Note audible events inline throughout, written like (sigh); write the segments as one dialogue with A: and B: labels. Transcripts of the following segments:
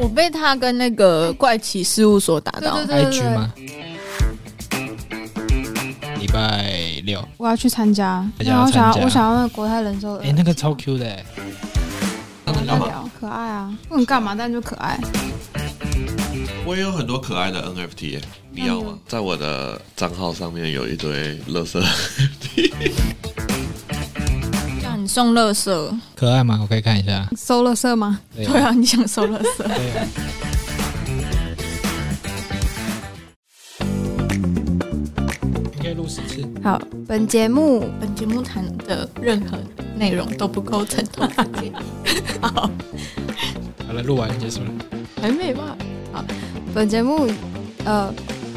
A: 我被他跟那个怪奇事务所打
B: 对
A: 到
B: 对，对对
C: IG
B: 对，
C: 吗？礼拜六，
B: 我要去参加，
C: 大家
B: 然后
C: 要
B: 我想
C: 参
B: 要
C: 加
B: 我想要那个国泰人寿的，
C: 哎、那个超 Q 的、欸，
B: 我们再聊，可爱啊，不能干嘛，但就可爱。
D: 我也有很多可爱的 NFT，耶你要
B: 嗯
D: 吗？在我的账号上面有一堆乐色，
A: 让你送乐色。
C: 可爱吗？我可以看一下。
B: 收了色吗？
C: 对
A: 对啊，你想收乐色？
C: 对啊你可以录十次，
B: 好，本节目
A: (laughs) 本节目谈的任何内容都不构成投资建议。好，
C: 好了，录完结束了。
A: (laughs) 还没吧？
B: 本节目呃，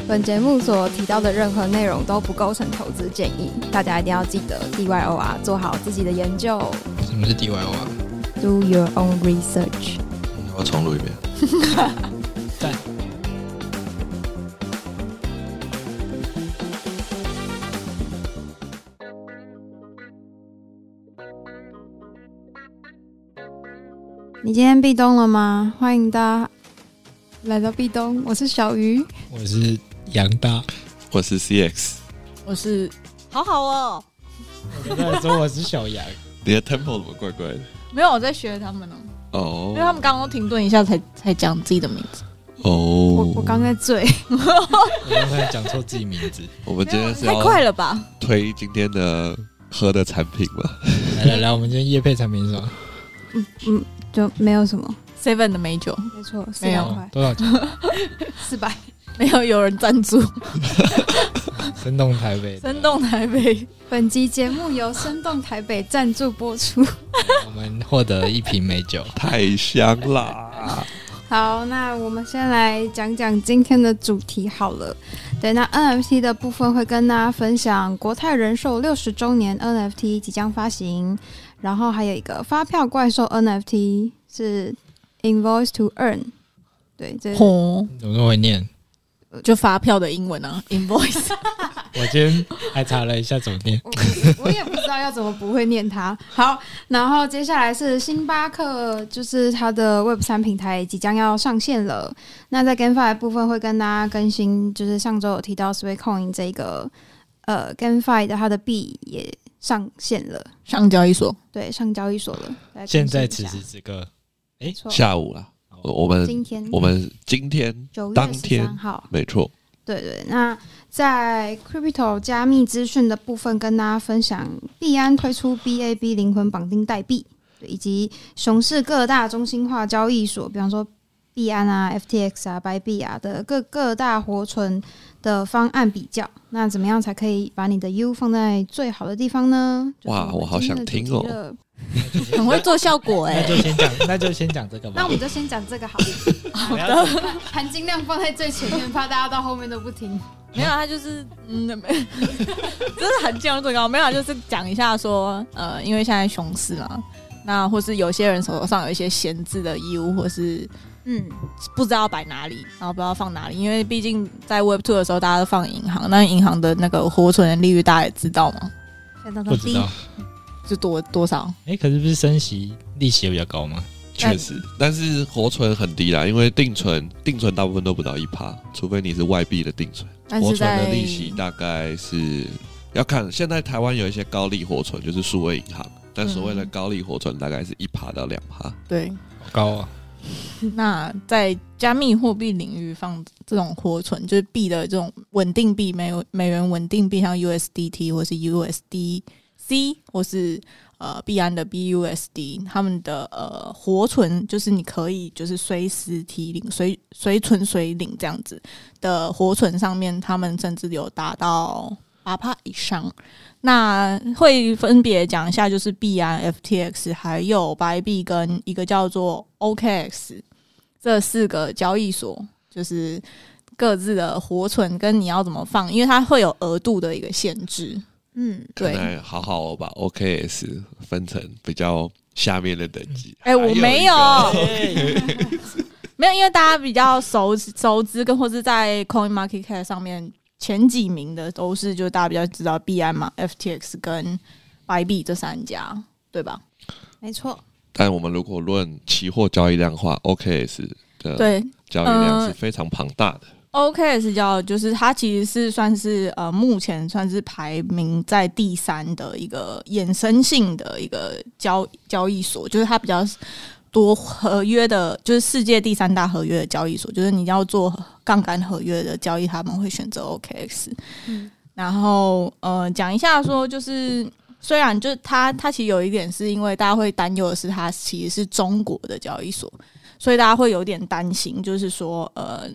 B: 本节目所提到的任何内容都不构成投资建议，大家一定要记得 D Y O R 做好自己的研究
C: 什么是 DIY 啊？
B: ，Do your own research。
D: 我重录一遍。
C: 赞。
B: 你今天壁咚了吗？欢迎大家来到壁咚，我是小鱼。
C: 我是杨大，
D: 我是 CX，
A: 我是好好哦，
C: 我刚才说我是小杨，
D: 你的 tempo 怎么怪怪的？
A: 没有我在学他们哦，因为
D: 哦
A: 他们刚刚停顿一下才才讲自己的名字。
D: 哦，
B: 我我刚在醉，
C: 我刚才讲错自己名字。
D: 我们今天是
A: 太
D: 要
A: 快了吧？
D: 推今天的喝的产品吗？ (laughs)
C: 来来来，我们今天夜配产品是什么？
B: 嗯，就没有什么，
A: Seven 的美酒 (laughs)
B: 没错，四
A: 没
B: 百
A: 有
B: 块，
C: 多少钱？
B: 四百。
A: 没有有人赞助，
C: 生动台北，
A: 生。动台北。
B: 本集节目由生动台北赞助播出。 (laughs)
C: 我们获得一瓶美酒，
D: 太香啦！
B: 好，那我们先来讲讲今天的主题好了。对，那 NFT 的部分会跟大家分享国泰人寿六十周年 NFT 即将发行，然后还有一个发票怪兽 NFT 是 Invoice to Earn。对，这
A: 哦，
C: 你怎么那么会念？
A: 就发票的英文啊，invoice。
C: (laughs) 我今天还查了一下怎么
B: (laughs)
C: 念。
B: 我我也不知道要怎么不会念它。好，然后接下来是星巴克，就是它的 Web 三平台即将要上线了。那在 GameFi 部分会跟大家更新，就是上周有提到 Sweetcoin 这个呃 GameFi 的它的币也上线了，
A: 上交易所，
B: 对，上交易所了。大家更新
C: 现在
B: 一下
C: 此时此刻，
B: 没错，
D: 下午啦，
C: 哦
D: 我我们
B: 今天
D: 我们今天
B: 九
D: 当
B: 月十
D: 天
B: 三号。
D: 没错，
B: 对对，那在 crypto 加密资讯的部分，跟大家分享币安推出 BAB 灵魂绑定代币，对以及熊市各大中心化交易所，比方说币安啊、FTX 啊、白币啊的各各大活存的方案比较。那怎么样才可以把你的 U 放在最好的地方呢？就是
D: 哇
B: 们
D: 我好
B: 今天
D: 想
B: 的主
D: 听
B: 题
D: 哦
B: 了。
A: 很会做效果哎、
C: 那就先讲， (laughs) 那就先讲这个吧。
B: 那我们就先讲这个好了，
A: (laughs)
B: (laughs)
C: 不要紧
B: 含金量放在最前面，怕大家到后面都不听。
A: 没有，他就是嗯， (laughs) 没，真的很进入最高。没有啊，就是讲一下说，呃，因为现在熊市嘛，那或是有些人手头上有一些闲置的衣物，或是
B: 嗯，
A: 不知道摆哪里，然后不知道放哪里，因为毕竟在 Web Two 的时候，大家都放银行，那银行的那个活存的利率大家也知道嘛，
B: 看到
C: 不知道。
A: 就多多少？
C: 哎、可是不是升息利息也比较高吗？
D: 确实，但是活存很低啦，因为定存定存大部分都不到一趴，除非你是外币的定存。
A: 但
D: 活
A: 是
D: 存
A: 在
D: 的利息大概是要看，现在台湾有一些高利活存，就是数位银行，但所谓的
A: 嗯
D: 高利活存大概是一趴到两趴。
A: 对，
C: 好高啊！
A: 那在加密货币领域放这种活存，就是币的这种稳定币，美美元稳定币，像 USDT 或是 USDC 或是呃币安的 BUSD，他们的呃活存就是你可以就是随时提领，随随存随领这样子的活存上面，他们甚至有达到八趴以上。那会分别讲一下，就是币安、FTX，还有白币跟一个叫做 OKX 这四个交易所，就是各自的活存跟你要怎么放，因为它会有额度的一个限制。
B: 嗯，
A: 对，
D: 看来好好把 OKS 分成比较下面的等级。
A: 哎、我没有
D: 还一个，
B: 哎
A: 没有，因为大家比较熟熟知跟或是在 Coin Market Cap 上面前几名的都是，就是大家比较知道币安嘛、FTX 跟白币这三家，对吧？
B: 没错，
D: (laughs) 但我们如果论期货交易量的话，OKS 的
A: 对
D: 交易量
A: 呃
D: 是非常庞大的。
A: ，OKS 叫就是它其实是算是呃目前算是排名在第三的一个衍生性的一个交交易所，就是它比较多合约的，就是世界第三大合约的交易所，就是你要做杠杆合约的交易，他们会选择 OKX。
B: 嗯
A: 然后呃，讲一下说，就是虽然就是它它其实有一点是因为大家会担忧的是，它其实是中国的交易所，所以大家会有点担心，就是说呃。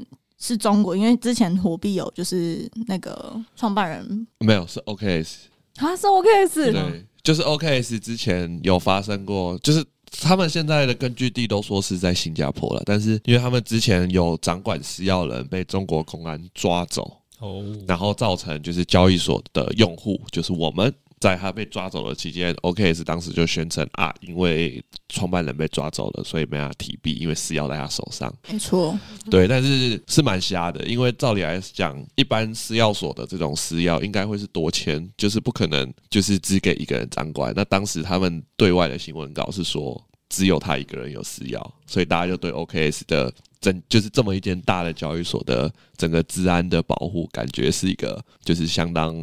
A: 是中国，因为之前火币有就是那个创办人
D: 没有，是 OKS，
A: 啊是 OKX，
D: 对，就是 OKS 之前有发生过，就是他们现在的根据地都说是在新加坡了，但是因为他们之前有掌管私钥人被中国公安抓走，
C: (laughs) 哦，
D: 然后造成就是交易所的用户，就是我们。在他被抓走的期间，OKS 当时就宣称啊，因为创办人被抓走了，所以没办法提币，因为私钥在他手上。
A: 没错，
D: 对，但是是蛮瞎的，因为照理来讲，一般私钥所的这种私钥应该会是多签，就是不可能就是只给一个人掌管。那当时他们对外的新闻稿是说，只有他一个人有私钥，所以大家就对 OKS 的整就是这么一间大的交易所的整个治安的保护，感觉是一个就是相当。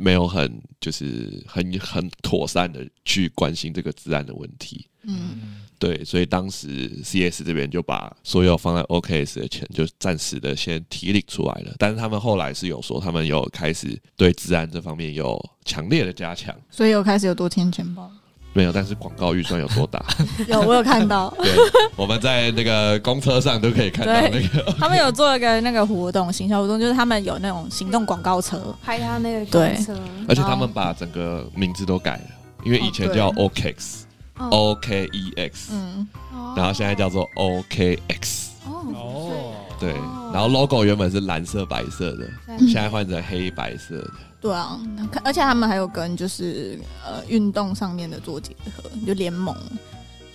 D: 没有很就是很很妥善的去关心这个治安的问题，
A: 嗯，
D: 对，所以当时 CS 这边就把所有放在 OKS 的钱就暂时的先提领出来了，但是他们后来是有说他们有开始对治安这方面有强烈的加强，
A: 所以有开始有多签钱包，
D: 没有，但是广告预算有多大？
A: 有我有看
D: (laughs)
A: 到，
D: 对，我们在那个公车上都可以看到那个，
A: 他们有做一个那个活动，行销活动，就是他们有那种行动广告车，
B: 拍他那个
A: 对
B: 公车，
D: 而且他们把整个名字都改了，因为以前叫 OKX、
B: 嗯
D: OKEX，
A: 嗯，
D: 哦 E 然后现在叫做 OKX，
B: 哦，
C: 哦，
D: 对，
B: 哦嗯
D: 然后 logo 原本是蓝色白色的，
B: 现
D: 现在换成黑白色的。
A: 对啊，而且他们还有跟就是呃运动上面的做结合，就联盟。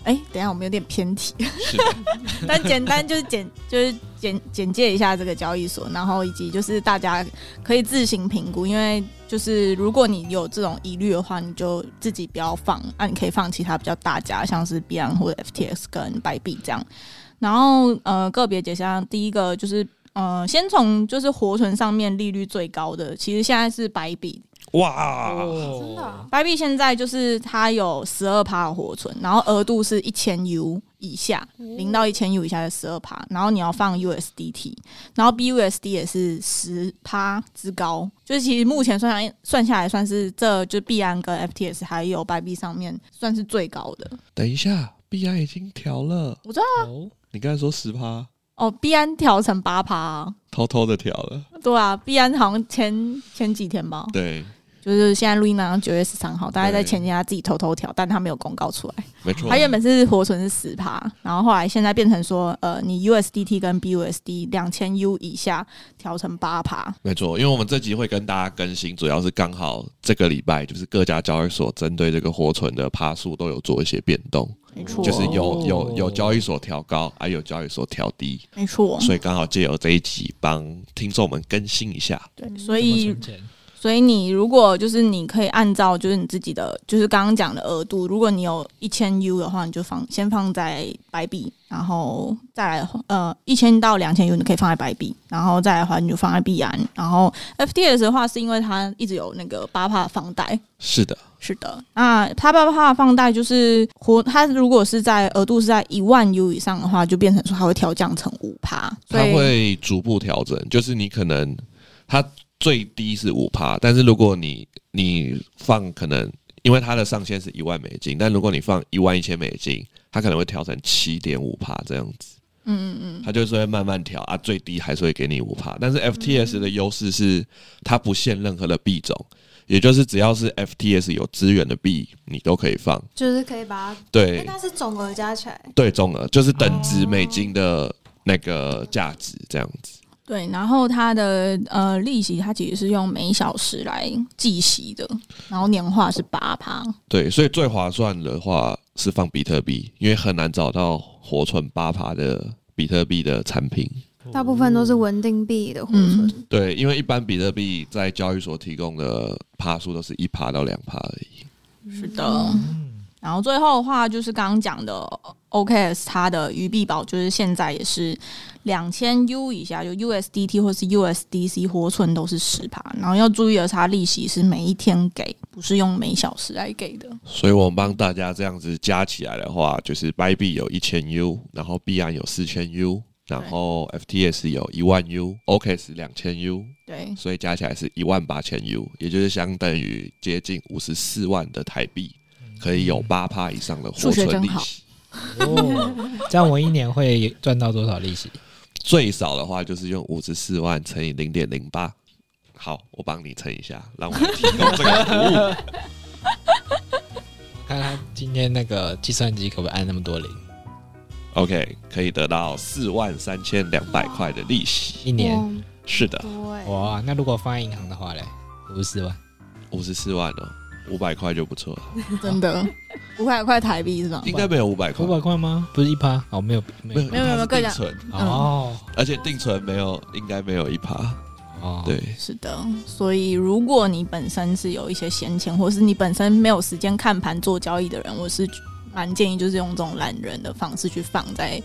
A: 哎、等一下，我们有点偏题，
D: 是
A: (laughs) 但简单就是简就是简简介一下这个交易所，然后以及就是大家可以自行评估，因为就是如果你有这种疑虑的话，你就自己不要放，啊，你可以放其他比较大家，像是币安或者 FTX 跟白币这样。然后呃，个别解析，第一个就是呃，先从就是活存上面利率最高的，其实现在是白币，
D: 哇
B: 真的啊
A: 白币现在就是它有十二趴的活存，然后额度是一千 U 以下，零到一千 U 以下的十二趴，然后你要放 USDT，然后 BUSD 也是十趴之高，就是其实目前算下算下来算是这就币安跟 FTS 还有白币上面算是最高的。
D: 等一下，币安已经调了。
C: 哦，
D: 你刚才说十趴，
A: 哦，币安调成八趴、啊，
D: 偷偷的调了。
A: 对啊，币安好像前前几天吧，
D: 对，
A: 就是现在录音档九月十三号，大概在
D: 对
A: 前天他自己偷偷调，但他没有公告出来。
D: 没错
A: 它。原本是活存是十趴，然后后来现在变成说，呃，你 USDT 跟 BUSD 两千 U 以下调成八趴，
D: 没错，因为我们这集会跟大家更新，主要是刚好这个礼拜就是各家交易所针对这个活存的趴数都有做一些变动，
A: 没错，
D: 就是有
C: 哦
D: 有有交易所调高，还有交易所调低，
A: 没错，
D: 所以刚好借由这一集帮听众们更新一下。
A: 对，所
C: 这么
A: 以
C: 存钱
A: 所以你如果就是你可以按照就是你自己的就是刚刚讲的额度，如果你有一千 U 的话，你就放先放在白币，然后再来呃一千到两千 U 你可以放在白币，然后再来的话你就放在币安，然后 FTS 的话是因为它一直有那个八趴房贷，
D: 是的，
A: 是的，那他爸爸的放贷就是活，他如果是在额度是在一万 U 以上的话，就变成说他会调降成五趴，所
D: 它
A: 以
D: 会逐步调整，就是你可能它最低是五趴，但是如果你你放可能因为它的上限是一万美金，但如果你放一万一千美金，它可能会调成七点五趴这样子，
A: 嗯嗯嗯，嗯
D: 它就是会慢慢调啊，最低还是会给你五趴。但是 FTS 的优势是它不限任何的币种，也就是只要是 FTS 有资源的币，你都可以放。
B: 就是可以把它，
D: 对
B: 哎，它是总额加起来，
D: 对，中额就是等
A: 哦
D: 值美金的那个价值这样子。
A: 对，然后他的呃利息，它其实是用每小时来计息的，然后年化是八趴，
D: 对，所以最划算的话是放比特币，因为很难找到活存八趴的比特币的产品。
B: 大部分都是稳定币的活存，
A: 嗯
D: 对，因为一般比特币在交易所提供的趴数都是一趴到两趴而已。
A: 是的，然后最后的话就是刚刚讲的 OKS，它的鱼币宝就是现在也是两千 U 以下，就 USDT 或是 USDC 活存都是十趴。然后要注意的是，它利息是每一天给，不是用每小时来给的。
D: 所以我们帮大家这样子加起来的话，就是 b 币有一千 U，然后币安有四千 U，然后 FTS 有一万 U，OKS E 两千 U，
A: 对，
D: 所以加起来是一万八千 U，也就是相当于接近五十四万的台币，
C: 嗯
D: 可以有八趴以上的活
A: 数学
D: 存
A: 真
D: 利
A: 好
D: 息。
C: 哦，这样我一年会赚到多少利息？
D: 最少的话就是用五十四万乘以零点零八。好，我帮你乘一下，让我提供这个服 (laughs) 务。
C: 看他今天那个计算机可不可以按那么多零？
D: OK，可以得到四万三千两百块的利息。
C: 一年
B: 哇
D: 是的，
B: 哦对，
C: 哇，那如果放在银行的话嘞，五十四万，
D: 五十四万哦，五百块就不错了，
A: 真的五百块台币是吧？
D: 应该没有五百块
C: 五，百块吗？不是一趴哦，没有没有
A: 没有没有
D: 它是
A: 各
D: 定
A: 讲
D: 存，
C: 哦
D: 而且定存没有，应该没有一趴。
B: 嗯
C: 哦，
D: 对，
A: 是的，所以如果你本身是有一些闲钱，或是你本身没有时间看盘做交易的人，我是蛮建议就是用这种懒人的方式去放在，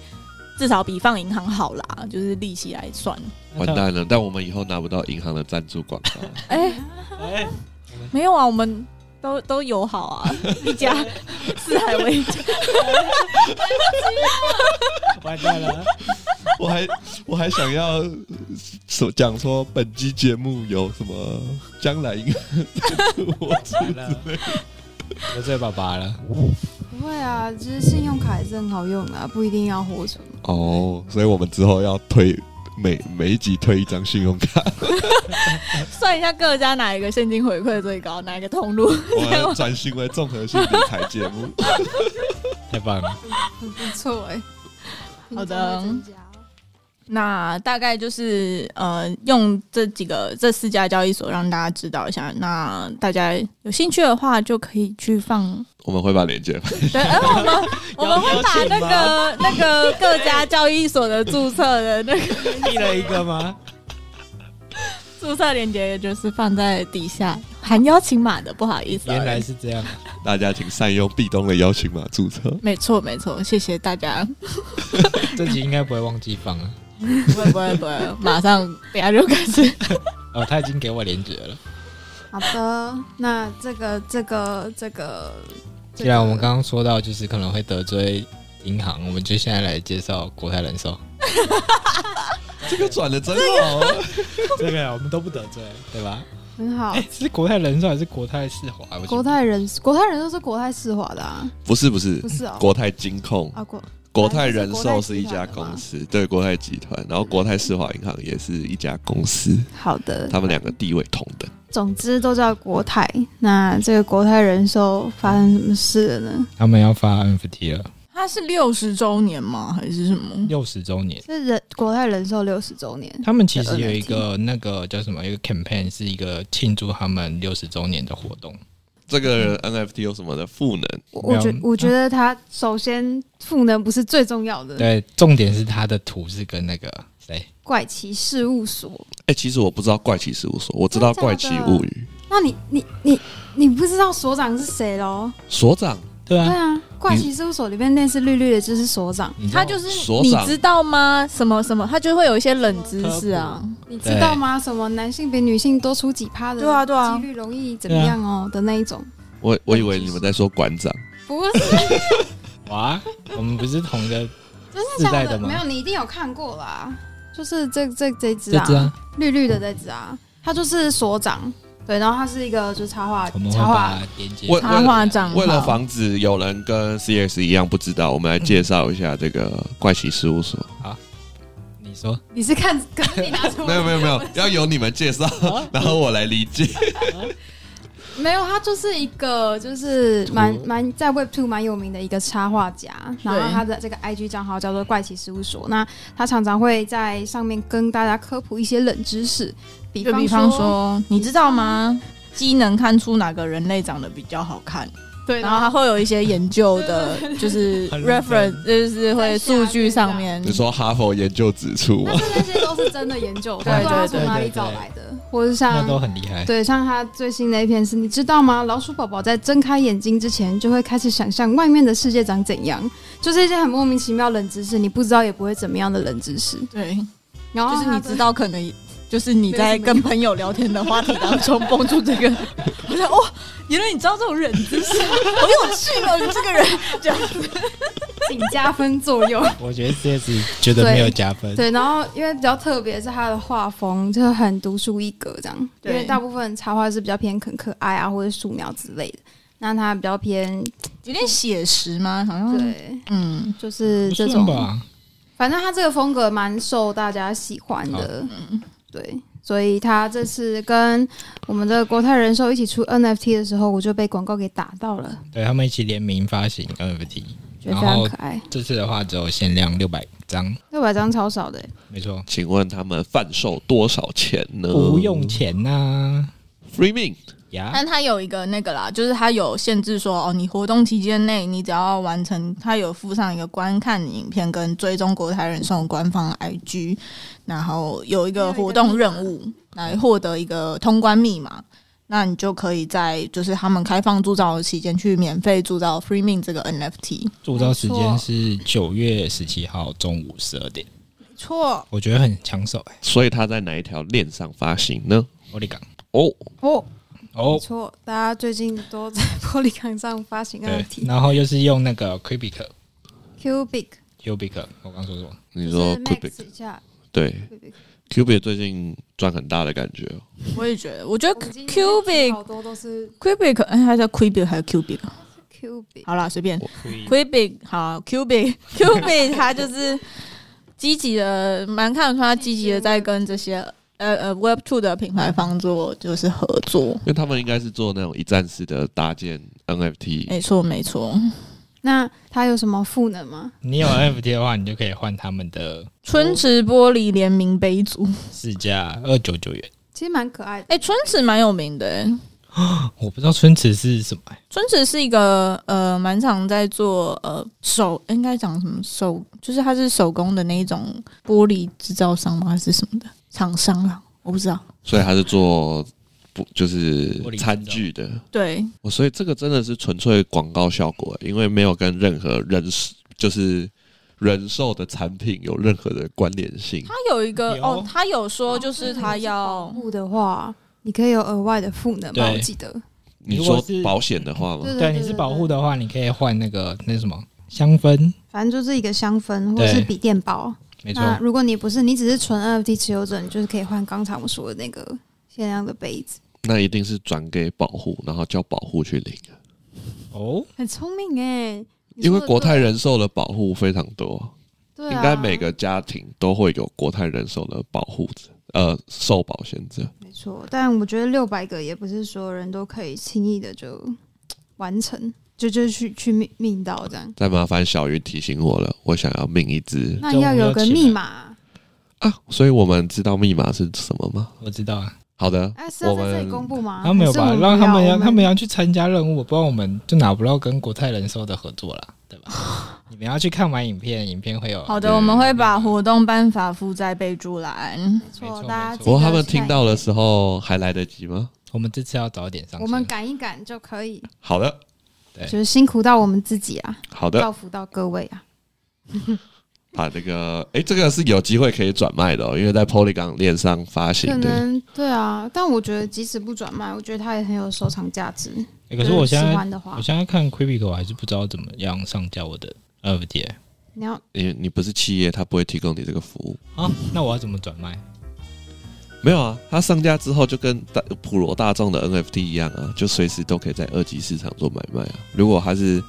A: 至少比放银行好啦，就是利息来算。
C: 那
D: 完
C: 到
D: 蛋了，但我们以后拿不到银行的赞助广告。
A: 哎、
C: 哎
A: 没有啊，我们都都友好 (laughs) 啊，一家四海为家。
C: 完蛋了，
D: (laughs) 我还我还想要说讲说本期节目有什么将来银行赞助我
C: 完了，得罪爸爸了。
B: 不会啊，就是信用卡也是很好用的、啊，不一定要活存。
D: 哦，所以我们之后要推每每一集推一张信
B: (laughs)
D: 用卡，
A: 算一下各家哪一个现金回馈最高，哪一个通路。
D: 我们要转型为综合性理财节目。
C: 太棒了！
B: 很不错哎、
A: 好的那大概就是呃，用这几个这四家交易所让大家知道一下。那大家有兴趣的话，就可以去
C: (laughs)
A: 放。
D: 我们会把链接放，
A: 对，而我们我们会把那个 (laughs) 那个各家交易所的注册的那个
C: 立了一个吗？
A: 注册链接，就是放在底下含邀请码的，不好意思、啊。
C: (laughs) 原来是这样，
D: 大家请善用壁咚的邀请码注册。
A: 没错没错，谢谢大
C: (laughs)
A: 家。
C: 这集应该不会忘记放啊。
A: 不会不会不会，马上等一下就开始。
C: (laughs) 哦，他已经给我连接了。
B: 好的，那这个这个这个，这
C: 既
B: 个
C: 啊然我们刚刚说到，就是可能会得罪银行，我们就现在来介绍国泰人寿。
D: 这个转的真好啊，
C: 哦这个我们都不得罪，对吧？
B: 很好，
C: 哎，是国泰人寿还是国泰世华？我记得
B: 国泰人国泰人寿是国泰世华的啊，
D: 不是不是
B: 不，是哦，
D: 国泰金控、
B: 啊国
D: 国泰人寿是一家公司，
B: 啊
D: 对国泰集团，然后国泰世华银行也是一家公司，
B: 好的，
D: 他们两个地位同等。
B: 总之都叫国泰。那这个国泰人寿发生什么事了呢？
C: 他们要发 NFT 了，
A: 它是六十周年吗？还是什么？
C: 六十周年。
B: 是人国泰人寿六十周年，
C: 他们其实有一个那个叫什么，一个 campaign 是一个庆祝他们六十周年的活动。
D: 这个 NFT 有什么的赋能？
B: 我我
C: 没有
B: 觉我觉得它首先赋能不是最重要的，
C: 对，重点是他的图是跟那个谁，
B: 怪奇事务所。
D: 哎、其实我不知道怪奇事务所，我知道
B: 真的
D: 怪
B: 假
D: 奇
B: 的
D: 物语
B: 那你你你你不知道所长是谁喽？
D: 所长，
C: 对
B: 对
C: 啊，
B: 啊，怪奇事务所里面那只绿绿的就是所长，
C: 你知道
A: 它就是
D: 所
A: 你
D: 长
A: 知道吗？什么什么，它就会有一些冷知识啊。
B: 你知道吗？什么男性比女性多出几趴的，
A: 对啊对啊
B: 几率容易怎么样哦
C: 啊
B: 的那一种，
D: 我我以为你们在说馆长，
B: 不是
C: 哇，我们不是同
B: (laughs)
C: 一个
B: 真的
C: 世
B: 假
C: 代的
B: 的？没有，
C: 吗？
B: 你一定有看过啦，就是这这这只
C: 这
B: 啊，
C: 只啊，
B: 绿绿的这只啊，它就是所长，对，然后它是一个就是插啊画
C: 我们会
B: 插画
C: 把，连接
D: 我
A: 插画账号
D: 为了防止有人跟 CS 一样不知道，我们来介绍一下这个怪奇事务所。
C: 你说
B: 你是看，可是你拿出
D: (laughs) 没有没有没有，要由你们介绍，
C: 哦
D: 然后我来理解。
B: (laughs) 没有，他就是一个就是蛮
C: 图
B: 蛮在 Web Two 蛮有名的一个插画家，然后
A: 对
B: 他的这个 IG 账号叫做怪奇事务所。那他常常会在上面跟大家科普一些冷知识，比
A: 就
B: 方
A: 比方说，你知道吗？鸡能看出哪个人类长得比较好看？
B: 对，
A: 然后它会有一些研究 (laughs) 的，就是
C: 很认真
A: reference，就是会数据上面
D: 你说哈佛研究指出吗
E: 但？是那些都是真的研
B: (laughs)
E: 究，
A: 对
E: 不知道
A: 对
E: 从哪里
C: 对
E: 找
C: 对
E: 来的。
B: 或者
C: 那都
B: 像
C: 很厉害。
B: 嗯对像他最新的一篇是，你知道吗？老鼠宝宝在睁开眼睛之前，就会开始想象外面的世界长怎样，就是一些很莫名其妙冷知识，你不知道也不会怎么样的冷知
A: (laughs)
B: 识。
A: 对，
B: 然后
A: 就是
B: 他
A: 你
B: 的 (laughs)
A: 知道可能。就是你在跟朋友聊天的话题当中蹦出这个， (laughs) 我想哇，原来你知道这种人 (laughs) 真是好有趣哦！你这个人这样
B: 仅加分作
C: (laughs)
B: 用。
C: 我觉得 CS 觉得没有加分，
B: 对，然后因为比较特别是他的画风，就是很独树一格这样。因
A: 对
B: 为大部分插画是比较偏很可爱啊，或者素描之类的。那他比较偏
A: 有点写实吗？好像
B: 对，
A: 嗯，
B: 就是
C: 不
B: 这
C: 算
B: 种，
C: 吧？
B: 反正他这个风格蛮受大家喜欢的。对，所以他这次跟我们的国泰人寿一起出 NFT 的时候，我就被广告给打到了，
C: 对他们一起联名发行 NFT，
B: 觉得非
C: 然
B: 常
C: 后
B: 可爱。
C: 这次的话只有限量六百张，
B: 六百张超少的、欸
C: 没错，
D: 请问他们贩售多少钱呢？
C: 不用钱呐
D: free min
C: 呀，
B: 哎
A: 但它有一个那个啦，就是它有限制说哦，你活动期间内你只要完成，它有附上一个观看影片跟追踪国台人送官方 IG，然后有一个活动任务来获得一个通关密码，那你就可以在就是他们开放铸造的期间去免费铸造 Free Min 这个 NFT。
C: 铸造时间是九月十七号中午十二点，
B: 没错
C: 我觉得很抢手哎、
D: 所以他在哪一条链上发行呢？
C: 我力港
D: 哦，
B: 哦，没
C: 哦，
B: 错，大家最近都在玻璃港上发行
C: 对，
B: NFT。
C: 然后又是用那个 Cubic
B: Cubic
C: Cubic，我刚说什么？
D: 你
B: 就
D: 说
B: 是
D: Cubic
B: Max 一下
D: 对
B: Cubic，
D: ，Cubic 最近赚很大的感觉哦，
A: 我也觉得，我觉得
B: 我们今天
A: Cubic
B: 好多都是
A: Cubic 哎，它叫 Cubic 还是 Cubic？
B: Cubic，
A: 好啦，随便。Cubic 好，Cubic (laughs) Cubic 它就是积极的，蛮看得出它积极的在跟这些呃呃 Web Two 的品牌方做就是合作。
D: 因为他们应该是做那种一站式的搭建
C: 哎
D: NFT，
A: 没错，没错。
B: 那它有什么赋能吗？
C: 你有 (laughs) NFT 的话，你就可以换他们的
A: 春池玻璃联名杯组，
C: 市价二九九元。
B: 其实蛮可爱的，
A: 哎、春池蛮有名的、欸，
C: 我不知道春池是什么、欸，
A: 春池是一个呃，蛮常在做呃手，应该讲什么手，就是它是手工的那一种玻璃制造商吗？还是什么的厂商啊？我不知道。
D: 所以他是做不就是
C: 玻璃
D: 餐具的，
A: 对，
D: 哦所以这个真的是纯粹广告效果，因为没有跟任何人事就是人寿的产品有任何的关联性。
A: 它有一个
C: 有
A: 哦，它有说就是它要
B: 赋的话，你可以有额外的赋能吧？
C: 对
B: 我记得，
D: 你
C: 如果
D: 说
C: 是
D: 保险的话吗？
B: 对
C: 对，你是保护，的话，你可以换那个那什么香氛，
B: 反正就是一个香氛或者是
C: 对
B: 笔电包。
C: 没错，
B: 那如果你不是，你只是纯 NFT 持有者，你就是可以换刚才我们说的那个限量的杯子，
D: 那一定是转给保护，然后叫保护去领，啊
C: 哦，
B: 很聪明哎。你
D: 因为
B: 说的
D: 国泰人寿的保护非常多，
B: 对啊
D: 应该每个家庭都会有国泰人寿的保护者，呃，受保险者。
B: 没错，但我觉得六百个也不是所有人都可以轻易的就完成，就就去去命命到这样。
D: 再麻烦小云提醒我了，我想要命一只
B: 那要有个密码，
D: 啊！所以我们知道密码是什么吗？
C: 我知道啊，
D: 好的，
B: 哎、是
D: 我
B: 要在这里公
D: 们
B: 布吗？
C: 他们有
B: 还
C: 吧，
B: 啊是我
C: 让他
B: 不
C: 们
B: 要
C: 要他们要去参加任务，不然我们就拿不到跟国泰人寿的合作啦，对吧？
B: (laughs)
C: 你们要去看完影片，影片会有
A: 好的，我们会把活动办法附在备注栏。
B: 没
C: 没
B: 错，
C: 错
B: 大家
C: 没
B: 记得
C: 错
D: 不过他们
B: 去看
D: 听到的时候还来得及吗？
C: 我们这次要早点上线，
B: 我们赶一赶就可以，
D: 好的，
C: 对
B: 就是辛苦到我们自己啊，
D: 好的，
B: 造福到各位啊。
D: 把这个，诶，这个是有机会可以转卖的、哦，因为在 Polygon 链上发行
B: 可
D: 的。
B: 能对啊，但我觉得即使不转卖，我觉得它也很有收藏价值。
C: 欸可是我
B: 就
C: 现
B: 喜
C: 在
B: 欢的话
C: 我，现在看 Cubic，我还是不知道怎么样上架我的 NFT 欸
B: 你要
D: 因为你不是企业，他不会提供你这个服务。
C: 啊，那我要怎么转卖？
D: 没有啊，它上架之后就跟大普罗大众的 NFT 一样啊，就随时都可以在二级市场做买卖啊。如果它是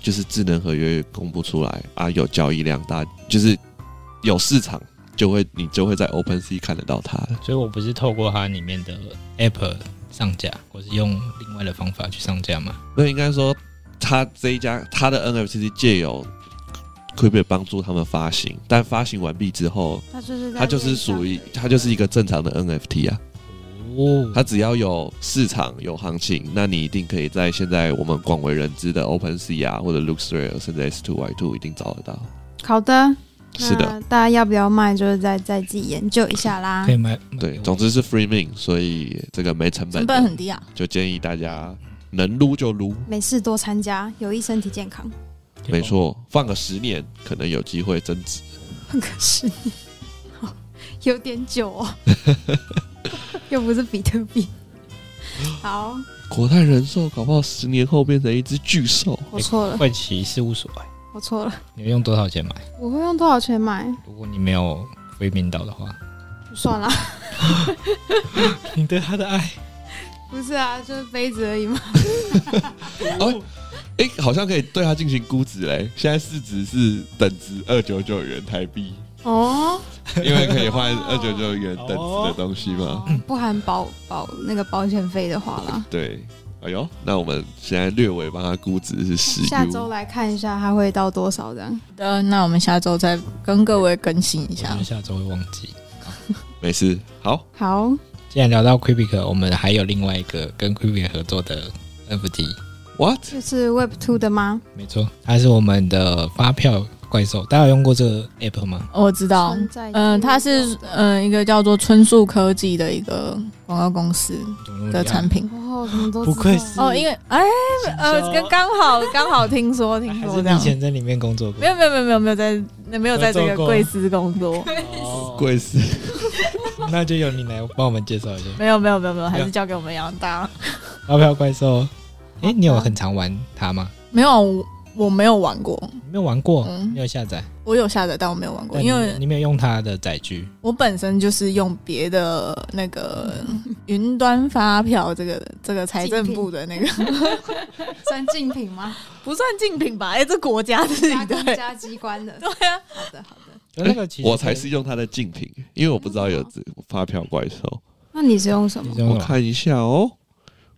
D: 就是智能合约公布出来啊，有交易量大，就是有市场，就会你就会在 OpenSea 看得到它了。
C: 所以我不是透过它里面的 App 上架，我是用另外的方法去上架嘛？
D: 那应该说，它这一家它的 NFT 是借由 c u b i 帮助他们发行，但发行完毕之后，
B: 它就是在
D: 它就
B: 链
D: 是
B: 上
D: 属于它就是一个正常的 NFT 啊。
C: 哦，
D: 它只要有市场有行情，那你一定可以在现在我们广为人知的 OpenSea 啊，或者 Luxray，甚至 S Two Y Two 一定找得到。
B: 好的，
D: 是的，
B: 那大家要不要卖，就是再再自己研究一下啦
C: 可。以买。买
D: 对，
C: 我
D: 总之是 free min，所以这个没成
A: 成
D: 本的，
A: 本很低啊。
D: 就建议大家能撸就撸。
B: 每次多参加，有益身体健康。
D: 没，错，放个十年，可能有机会增值。
B: 可是你好 (laughs) 有点久哦，又不是比特币。好，
D: 国泰人寿搞不好十年后变成一只巨兽，
B: 我错了，
C: 会奇事务所、哎，
B: 我错了。
C: 你要用多少钱买？
B: 我会用多少钱买？
C: 如果你没有回民岛的话，
B: 算了，
C: 你 (laughs) 对他的爱，
B: 不是啊，就是杯子而已嘛。
D: 哎、好像可以对它进行估值嘞。现在市值是等值二九九元台币， (laughs)
B: 哦，
D: 因为可以换二九九元等值的东西嘛。
B: 不含保保那个保险费的话啦。
D: 对，哎呦，那我们现在略微帮它估值是十 U，
B: 下周来看一下它会到多少这样。
A: 好的，那我们下周再跟各位更新一
C: 我
A: 下
C: 们。下周会忘记。
D: 没事，好，
B: 好，
C: 既然聊到 q u i b i c 我们还有另外一个跟 q u i b i c 合作的 NFT，
D: what
B: 这是 Web Two 的吗？
C: 没错，它是我们的发票怪兽。大家有用过这个 app 吗？
A: 我知道，
B: 存在
A: 嗯、它是嗯、呃一个叫做春树科技的一个广告公司的产品。
B: 哦，什么都知道
C: 不愧是
A: 哦，因为哎、呃，刚刚好刚好听说听
C: 还
A: 说
C: 是
A: 这
C: 你以
A: 样，
C: 前在里面工作过
A: 没？有没有没有没有没有在没有在这
C: 合
A: 个
C: 作过
A: 贵司工
C: (laughs)
A: 作，
C: 哦
D: 贵司？
C: 那就由你来帮我们介绍一下
A: 没有没有没有没有，还是交给我们杨大。
C: 发票怪兽。哎、你有很常玩它吗？
A: 没有，我我没有玩过，
C: 你没有玩过，
A: 嗯
C: 没有下载，
A: 我有下载，但我没有玩过，
C: 但你
A: 因为
C: 你没有用它的载具。
A: 我本身就是用别的那个
D: 嗯
A: 云端发票，这个这个财政部的那
B: (laughs)
A: 个
B: 算竞品吗？
A: 不算竞品吧？哎、这国家自己
B: 加
A: 的
B: 工
A: 欸、
B: 加机关的。
A: (laughs) 对啊，
B: 好的，好的。
C: 那个其实
D: 我才是用它的竞品，因为我不知道有这发票怪兽。
B: 那你是用什
C: 你
B: 么
C: 是？用
D: 我
C: 什么
D: 看一下哦，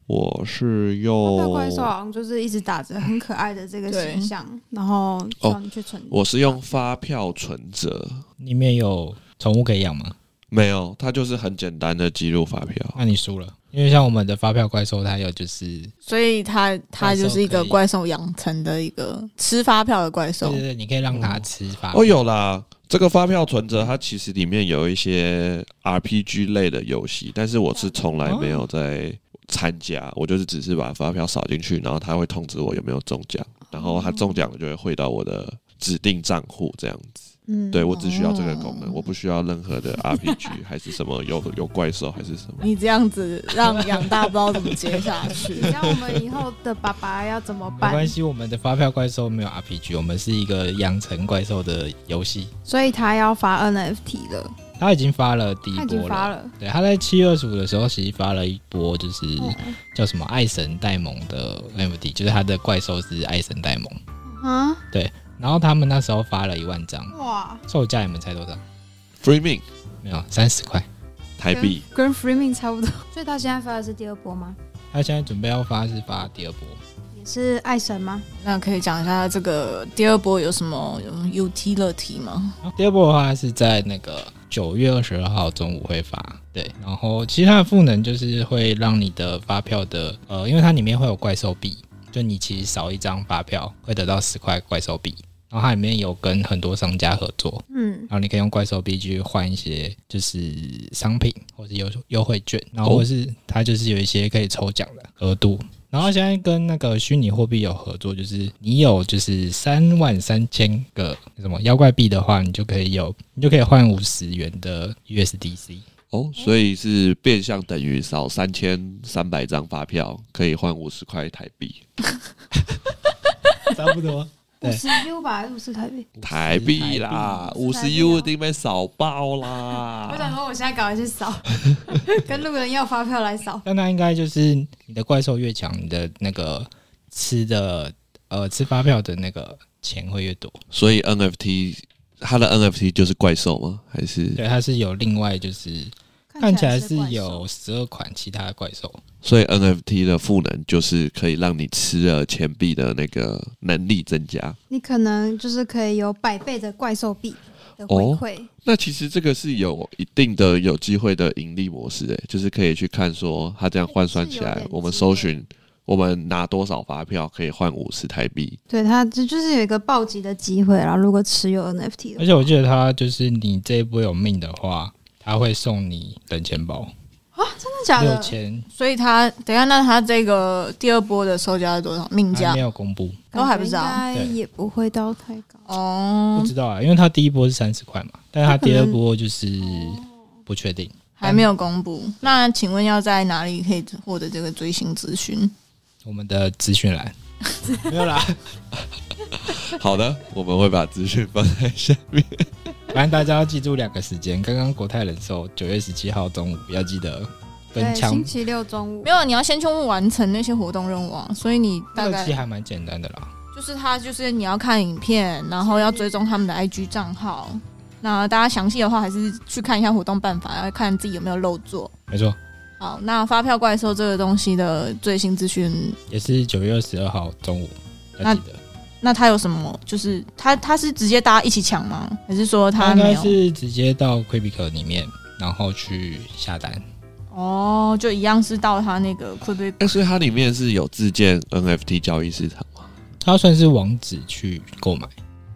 D: 我是
B: 发
C: 哦
B: 票
D: 用
B: 怪兽好像就是一直打着很可爱的这个
A: 对
B: 形象，然后叫你去存。
C: 哦
D: 我是用发票存折，
C: 里面有宠物可以养吗？
D: 没有，它就是很简单的记录发票。
C: 那你输了，因为像我们的发票怪兽，它有就是
A: 所以它它就是一
C: 怪兽
A: 个
C: 可以
A: 怪兽养成的一个吃发票的怪
C: 对
A: 兽
C: 对，对，你可以让它吃发票。
D: 哦，有啦，这个发票存折它其实里面有一些 RPG 类的游戏，但是我是从来没有在参加，我就是只是把发票扫进去，然后它会通知我有没有中奖，然后它中奖了就会汇到我的指定账户这样子。
B: 嗯，
D: 对我只需要这个功
A: 哦
D: 能，我不需要任何的 RPG 还是什么有有怪兽还是什么。
A: 你这样子让杨大不知道怎么接下去
B: 你。
D: (laughs)
B: 知道我们以后的爸爸要怎么
C: 没
B: 办
C: 关？系，我们的发票怪兽没有 RPG，我们是一个养成怪兽的游戏。
B: 所以他要发 NFT 了，
C: 它已经发了第一
B: 他已经
C: 波
B: 发
C: 了，
B: 了。
C: 对，它在七月二十五的时候，其实发了一波，就是
B: 哦
C: 叫什么“爱神戴蒙”的 NFT，就是它的怪兽是爱神戴蒙。
B: 啊，
C: 然后他们那时候发了一万张，
B: 哇，
C: 售价你们猜多少？
D: Free Min
C: 没有，三十块。
D: 台币
B: 跟 Freeman 差不多。所以他现在发的是第二波吗？
C: 他现在准备要发是发第二波，
B: 也是爱神吗？
A: 那可以讲一下这个第二波有什么有 utility 吗？
C: 然后第二波的话是在那个九月二十二号中午会发，对。然后其实它的赋能就是会让你的发票的，呃，因为它里面会有怪兽币，就你其实少一张发票会得到十块怪兽币。然后它里面有跟很多商家合作，
B: 嗯
C: 然，后你可以用怪兽币去换一些就是商品或者优优惠券，然后或是它就是有一些可以抽奖的额度。然后现在跟那个虚拟货币有合作，就是你有就是三万三千个什么妖怪币的话，你就可以有，你就可以换五十元的 USDC。
B: 嗯
D: 哦，所以是变相等于少三千三百张发票可以换五十块台币，
C: 差不多。
B: 五
C: 对
B: 十 U 吧，五十台币。
D: 台币啦，五
B: 台
D: 十
B: 币啊
D: U 一定被扫爆
C: 啊
B: 我想
D: 啦。
B: 说，我现在赶快去
C: (laughs)
B: 扫，跟路人要发票来扫。
C: 但它应该就是你的怪兽越强，你的那个吃的呃吃发票的那个钱会越多。
D: 所以 NFT 它的 NFT 就是怪兽吗？还是
C: 对，它是有另外就是 (laughs) 看起来是有十二款其他的怪兽，
D: 所以 NFT 的赋能就是可以让你吃了钱币的那个能力增加
B: 你可能就是可以有百倍的怪兽币，的回
C: 哦
B: 馈。
D: 那其实这个是有一定的有机会的盈利模式，诶，欸就是可以去看说它这样换算起
B: 是有
D: 来
B: 点，
D: 我们
B: 机
D: 搜
B: 会
D: 寻我们拿多少发票可以换五十台币，
B: 对它这就是有一个暴击的机会，然后如果持有 NFT 的话
C: 而且我记得他就是你这一波有命的话，他会送你冷钱包
B: 真的假
C: 六
B: 的？
C: 千，
A: 所以他等一下，那他这个第二波的售价是多少？命
C: 还
A: 价
C: 没有公布，
A: 都还不
C: 啊
A: 知道
B: 感觉应该也不会到太高。
A: 哦
C: 不，知道啊，因为他第一波是三十块嘛，但是他第二波就是不确定。
A: 还没有公布。那请问要在哪里可以获得这个最新资讯？
C: 我们的资讯
A: (laughs)
C: 栏没有啦，
D: 好的，我们会把资讯放在 (laughs) 下面。
C: 反正大家要记住两个时间。刚刚国泰人寿九月十七号中午要记得
E: 对，
C: 分枪
E: 星，期六中午
A: 没。有，你要先去完成那些活动任务啊。所以你
C: 那
A: 大
C: 个
A: 概
C: 其实还蛮简单的啦。
A: 就是他就是你要看影片，然后要追踪他们的 IG 账号。那大家详细的话还是去看一下活动办法，要看自己有没有漏做。
C: 没错，
A: 好，那发票怪兽这个东西的最新资讯，
C: 也是九月二十二号中午要
A: 那
C: 记得。
A: 那它有什么？就是它它是直接大家一起抢吗？还是说它
C: 应
A: 没
C: 该
A: 有？
C: 是直接到 q u i b i c 里面，然后去下单。
A: 哦，就一样是到它那个会不会？
D: 哎、所以它里面是有自建 NFT 交易市场吗？
C: 它算是网址去购买，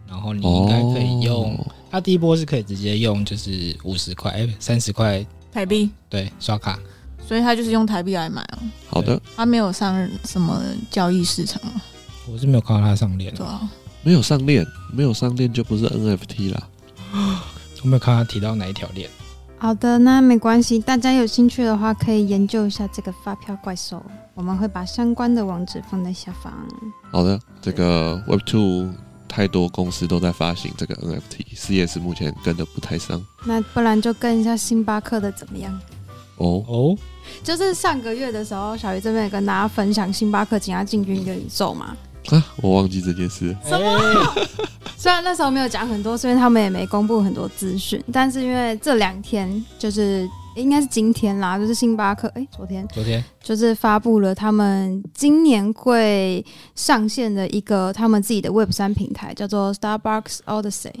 C: 然后你应该可以用。
D: 哦
C: 它第一波是可以直接用，就是五十块、哎三十块，
A: 台币，
C: 对，刷卡。
A: 所以他就是用台币来买啊，
D: 好的，
A: 他没有上什么交易市场啊，
C: 我是没有看到它上链
A: 对
C: 的，
A: 啊，
D: 没有上链，没有上链就不是 NFT 啦。
C: 我没有看它提到哪一条链。
B: 好的，那没关系，大家有兴趣的话可以研究一下这个发票怪兽，我们会把相关的网址放在下方。
D: 好的，这个 Web Two 太多公司都在发行这个 NFT，事业是目前跟的不太上
B: 那不然就跟一下星巴克的怎么样？
D: 哦。
C: 哦，
B: 就是上个月的时候，小鱼这边也跟大家分享星巴克即将进军元宇宙嘛。
D: 啊，我忘记这件事。
C: 什么？
B: 虽然那时候没有讲很多，所以他们也没公布很多资讯，但是因为这两天就是诶应该是今天啦，就是星巴克诶，昨天
C: 昨天
B: 就是发布了他们今年会上线的一个他们自己的 Web 三平台，叫做 Starbucks Odyssey，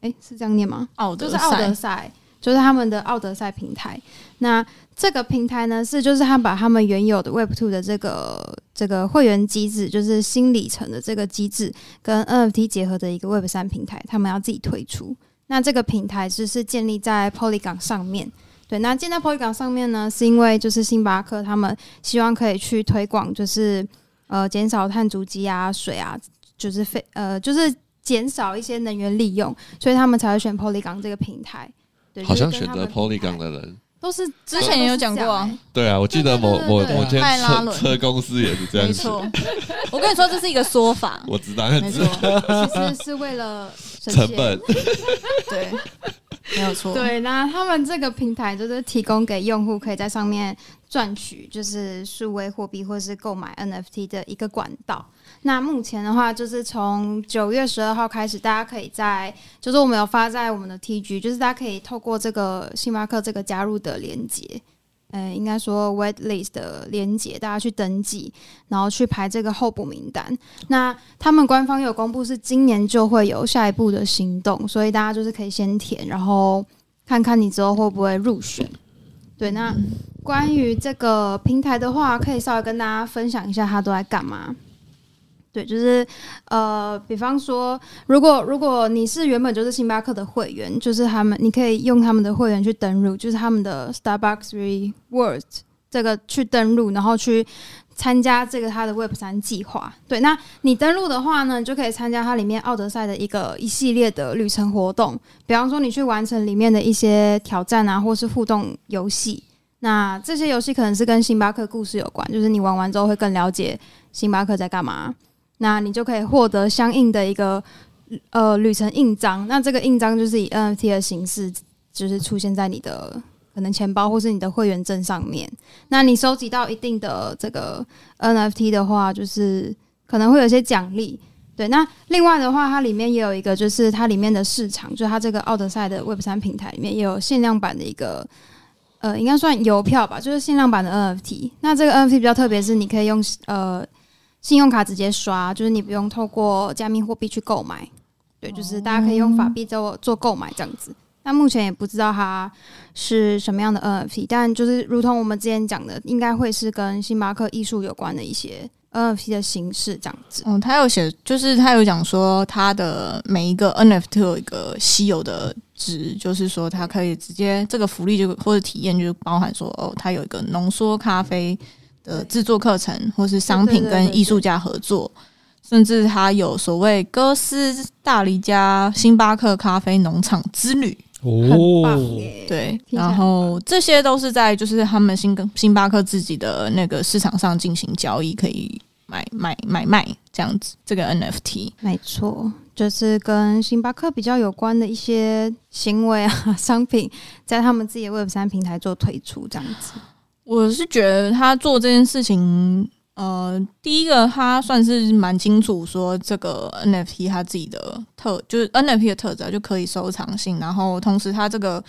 B: 诶，是这样念吗？
A: 奥
B: 就
A: 德
B: 是奥德
A: 赛，
B: 赛，就是他们的奥德赛平台。那这个平台呢，是就是他把他们原有的 Web Two 的这个这个会员机制，就是新里程的这个机制，跟 NFT 结合的一个 Web 三平台，他们要自己推出。那这个平台就是建立在 Polygon 上面。对，那建在 Polygon 上面呢，是因为就是星巴克他们希望可以去推广，就是呃减少碳足迹啊、水啊，就是废呃就是减少一些能源利用，所以他们才会选 Polygon 这个平台。对，
D: 好像
B: 就是
D: 选
B: 跟他
D: 择
B: 们平台
D: Polygon 的人，
B: 都是
A: 之前也有讲过啊，
D: 对啊，我记得某
B: 对对
D: 某
B: 对对
D: 某间
A: 麦拉
D: 车
A: 伦
D: 车公司也是这
A: 没
D: 样子。
A: 错。 (laughs) 我跟你说，这是一个说法，
D: 我知道，
A: 没
D: 知
A: 错
D: 道，
B: 都是这样欸其实是为了省
D: 成
B: 钱
D: 本。
A: 对， (laughs) 没有错。
B: 对，那他们这个平台就是提供给用户可以在上面赚取就是数位货币或是购买 NFT 的一个管道。那目前的话，就是从九月十二号开始，大家可以在就是我们有发在我们的 TG，就是大家可以透过这个星巴克这个加入的连接。呃，应该说 wait list 的连接，大家去登记，然后去排这个候补名单。那他们官方有公布是今年就会有下一步的行动，所以大家就是可以先填，然后看看你之后会不会入选。对，那关于这个平台的话，可以稍微跟大家分享一下它都在干嘛。对，就是呃，比方说，如果如果你是原本就是星巴克的会员，就是他们，你可以用他们的会员去登录，就是他们的 Starbucks Reward 这个去登录，然后去参加这个它的 Web 三计划。对，那你登录的话呢，你就可以参加它里面奥德赛的一个一系列的旅程活动，比方说你去完成里面的一些挑战啊，或是互动游戏。那这些游戏可能是跟星巴克故事有关，就是你玩完之后会更了解星巴克在干嘛，那你就可以获得相应的一个呃旅程印章。那这个印章就是以 NFT 的形式，就是出现在你的可能钱包或是你的会员证上面。那你收集到一定的这个 NFT 的话，就是可能会有一些奖励。对，那另外的话，它里面也有一个，就是它里面的市场，就是它这个奥德赛的 Web 三平台里面也有限量版的一个，呃，应该算邮票吧，就是限量版的 NFT。那这个 NFT 比较特别，是你可以用呃信用卡直接刷，就是你不用透过加密货币去购买。对，就是大家可以用法币做做购买这样子。那目前也不知道它是什么样的 NFT，但就是如同我们之前讲的，应该会是跟星巴克艺术有关的一些 NFT 的形式这样子。
A: 嗯，他有写，就是他有讲说，他的每一个 NFT 有一个稀有的值，就是说它可以直接这个福利就或者体验，就是包含说哦，它有一个浓缩咖啡的制作课程，或是商品
B: 对对对
A: 跟艺术家合作，甚至他有所谓哥斯大黎加星巴克咖啡农场之旅，
B: 很
C: 哦
B: 棒，耶！
A: 对，
B: 听起来
A: 然
B: 很
A: 后这些都是在就是他们星星巴克自己的那个市场上进行交易，可以买买买卖这样子。这个 NFT
B: 没错，就是跟星巴克比较有关的一些行为啊、商品，在他们自己的 Web 三平台做推出这样子。
A: 我是觉得他做这件事情，呃，第一个他算是蛮清楚说这个 NFT 他自己的特，就是 NFT 的特质啊，就可以收藏性，然后同时它这个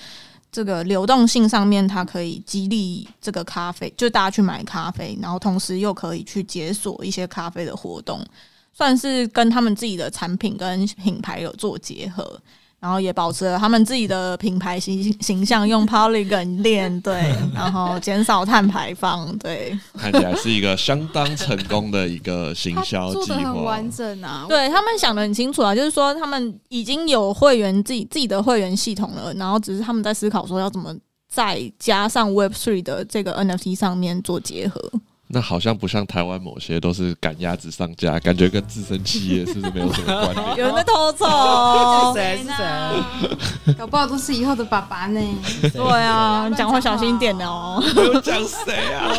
A: 这个流动性上面，它可以激励这个咖啡，就大家去买咖啡，然后同时又可以去解锁一些咖啡的活动，算是跟他们自己的产品跟品牌有做结合。然后也保持了他们自己的品牌形形象，用 Polygon 链对，然后减少碳排放对，
D: 看起来是一个相当成功的一个行
E: 他
D: 销
E: 做
D: 计
E: 的很
D: 划
E: 完。整啊，
A: 对他们想的很清楚啊，就是说他们已经有会员自己自己的会员系统了，然后只是他们在思考说要怎么再加上 Web Three 的这个 NFT 上面做结合。
D: 那好像不像台湾某些都是赶鸭子上架，感觉跟自身企业是不是没有什
E: (laughs)
D: 么关联？
A: 有人在偷走哦，
C: 谁是谁？
B: 啊搞不好都是以后的爸爸呢。
A: 对啊，你讲话小心一点哦。
D: 没有讲谁啊？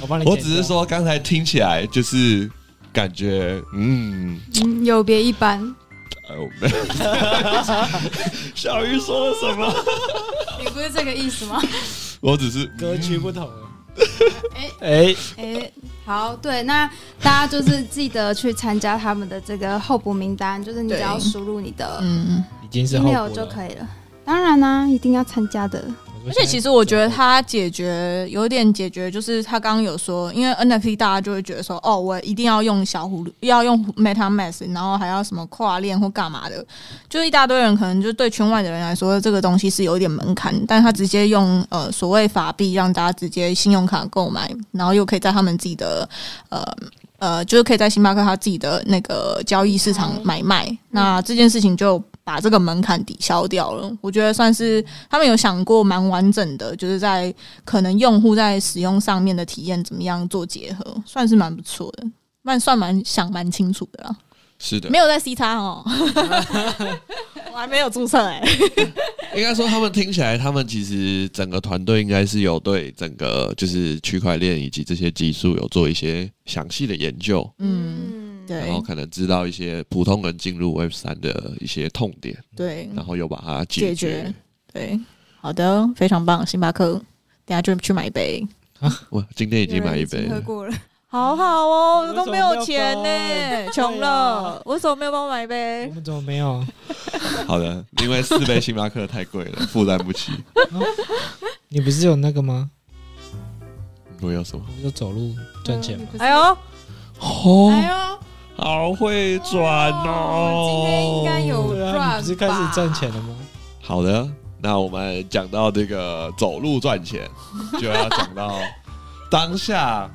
C: 我帮你，
D: 我只是，说刚才听起来就是感觉，嗯，
B: 嗯，有别一般。
D: 哎呦，没有。小鱼说了什么？
E: (laughs) 你不是这个意思吗？
D: 我只是嗯
C: 格局不同。
E: 哎
C: 哎，
B: (laughs) 诶，好，对，那大家就是记得去参加他们的这个候补名单，就是你只
A: 对
B: 要输入你的
A: 嗯，
C: 已经是后
B: email
C: 补
B: 就
C: 了。
B: 可以了。当然啦、一定要参加的。
A: 而且其实我觉得它解决有点解决，就是他刚刚有说，因为 NFT 大家就会觉得说，哦，我一定要用小狐狸，要用 MetaMask，然后还要什么跨链或干嘛的，就一大堆人可能就对圈外的人来说，这个东西是有一点门槛，但他直接用呃所谓法币让大家直接信用卡购买，然后又可以在他们自己的呃。呃，就是可以在星巴克他自己的那个交易市场买卖，那这件事情就把这个门槛抵消掉了。我觉得算是他们有想过蛮完整的，就是在可能用户在使用上面的体验怎么样做结合，算是蛮不错的，蛮算蛮想蛮清楚的啦。
D: 是的
A: 没，有在 C 叉
C: (laughs)
A: 哦，我还没有注册哎、
D: 应该说他们听起来，他们其实整个团队应该是有对整个就是区块链以及这些技术有做一些详细的研究，
A: 嗯，
D: 然后
A: 对
D: 可能知道一些普通人进入 Web 三的一些痛点，
A: 对
D: 然后又把它
A: 解决
D: (laughs)
A: 对，好的，非常棒，星巴克，等下就去买一杯。
D: 我今天已经买一杯
B: 喝
D: 了，
B: 过了，
A: 好好哦，我
C: 为
A: 都
C: 什
A: 没
C: 么
A: 有
C: 不要
A: 钱呢、
C: 分
A: 穷
C: 对
A: 了
C: 啊，
A: 我为什么没有帮我买一杯
C: 我？们怎么没有？
D: 好的，因为四杯星巴克太贵了，负担不起。
C: 你不是有那个吗？
D: 我有什么？
C: 不是走路赚 (laughs) 钱
B: 嗯
C: 吗？
A: 哎呦，
D: (laughs)
A: 哎
D: 哦，
E: 哎呦，
D: 好会转哦！
E: 今天应该有
C: 对啊，你不是开始赚钱了吗？
D: 好的，那我们讲到这个走路赚钱，就要讲到当下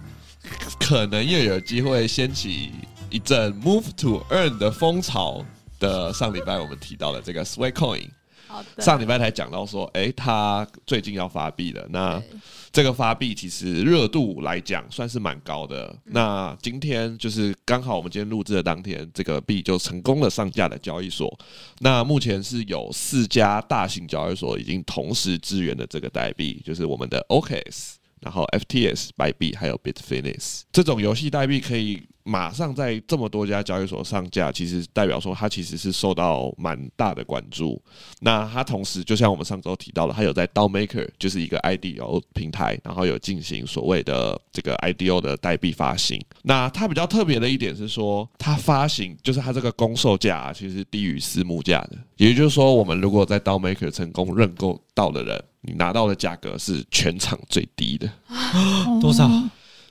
D: 可能又有机会掀起一阵 move to earn 的风潮的。上礼拜我们提到了这个 Sway Coin，
E: 好的，
D: 上礼拜才讲到说，诶，它最近要发币了。那
E: 对
D: 这个发币其实热度来讲算是蛮高的。那今天就是刚好我们今天录制的当天，这个币就成功的上架了交易所。那目前是有四家大型交易所已经同时支援的这个代币，就是我们的 OKX。然后 FTS、白币还有 Bitfinex 这种游戏代币可以马上在这么多家交易所上架，其实代表说它其实是受到蛮大的关注。那它同时就像我们上周提到的，它有在 DAO Maker 就是一个 IDO 平台，然后有进行所谓的这个 IDO 的代币发行。那它比较特别的一点是说，它发行就是它这个公售价、啊、其实是低于私募价的，也就是说，我们如果在 DAO Maker 成功认购到的人，你拿到的价格是全场最低的。
B: 哦
C: 多少？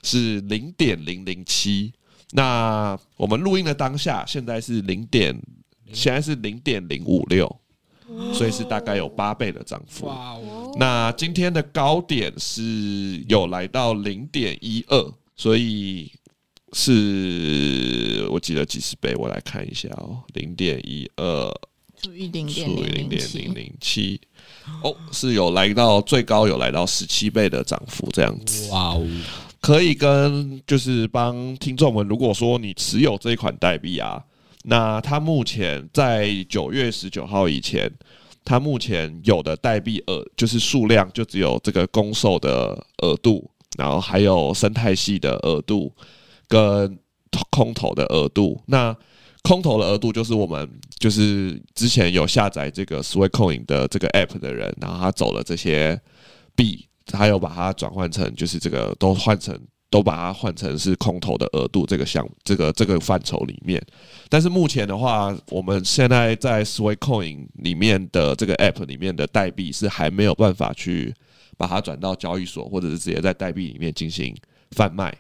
D: 是零点零零七。那我们录音的当下，现在是零点现在是零点零五六，所以是大概有八倍的涨幅。
C: 哇哦，
D: 那今天的高点是有来到零点一二，所以是我记得几十倍，我来看一下哦，零点一二
A: 除以零
D: 除
A: 点
D: 以零
A: 零
D: 点零
A: 七，
D: 零七，哦，是有来到最高有来到十七倍的涨幅，这样子
C: 哇哦，
D: 可以跟就是帮听众们，如果说你持有这一款代币啊，那它目前在九月十九号以前，它目前有的代币额就是数量就只有这个公售的额度，然后还有生态系的额度跟空投的额度。那空投的额度就是我们就是之前有下载这个 Swecoin 的这个 app 的人，然后他走了这些币，还有把它转换成就是这个都换成都把它换成是空投的额度这个项这个这个范畴里面。但是目前的话，我们现在在 Swecoin 里面的这个 app 里面的代币是还没有办法去把它转到交易所，或者是直接在代币里面进行贩卖。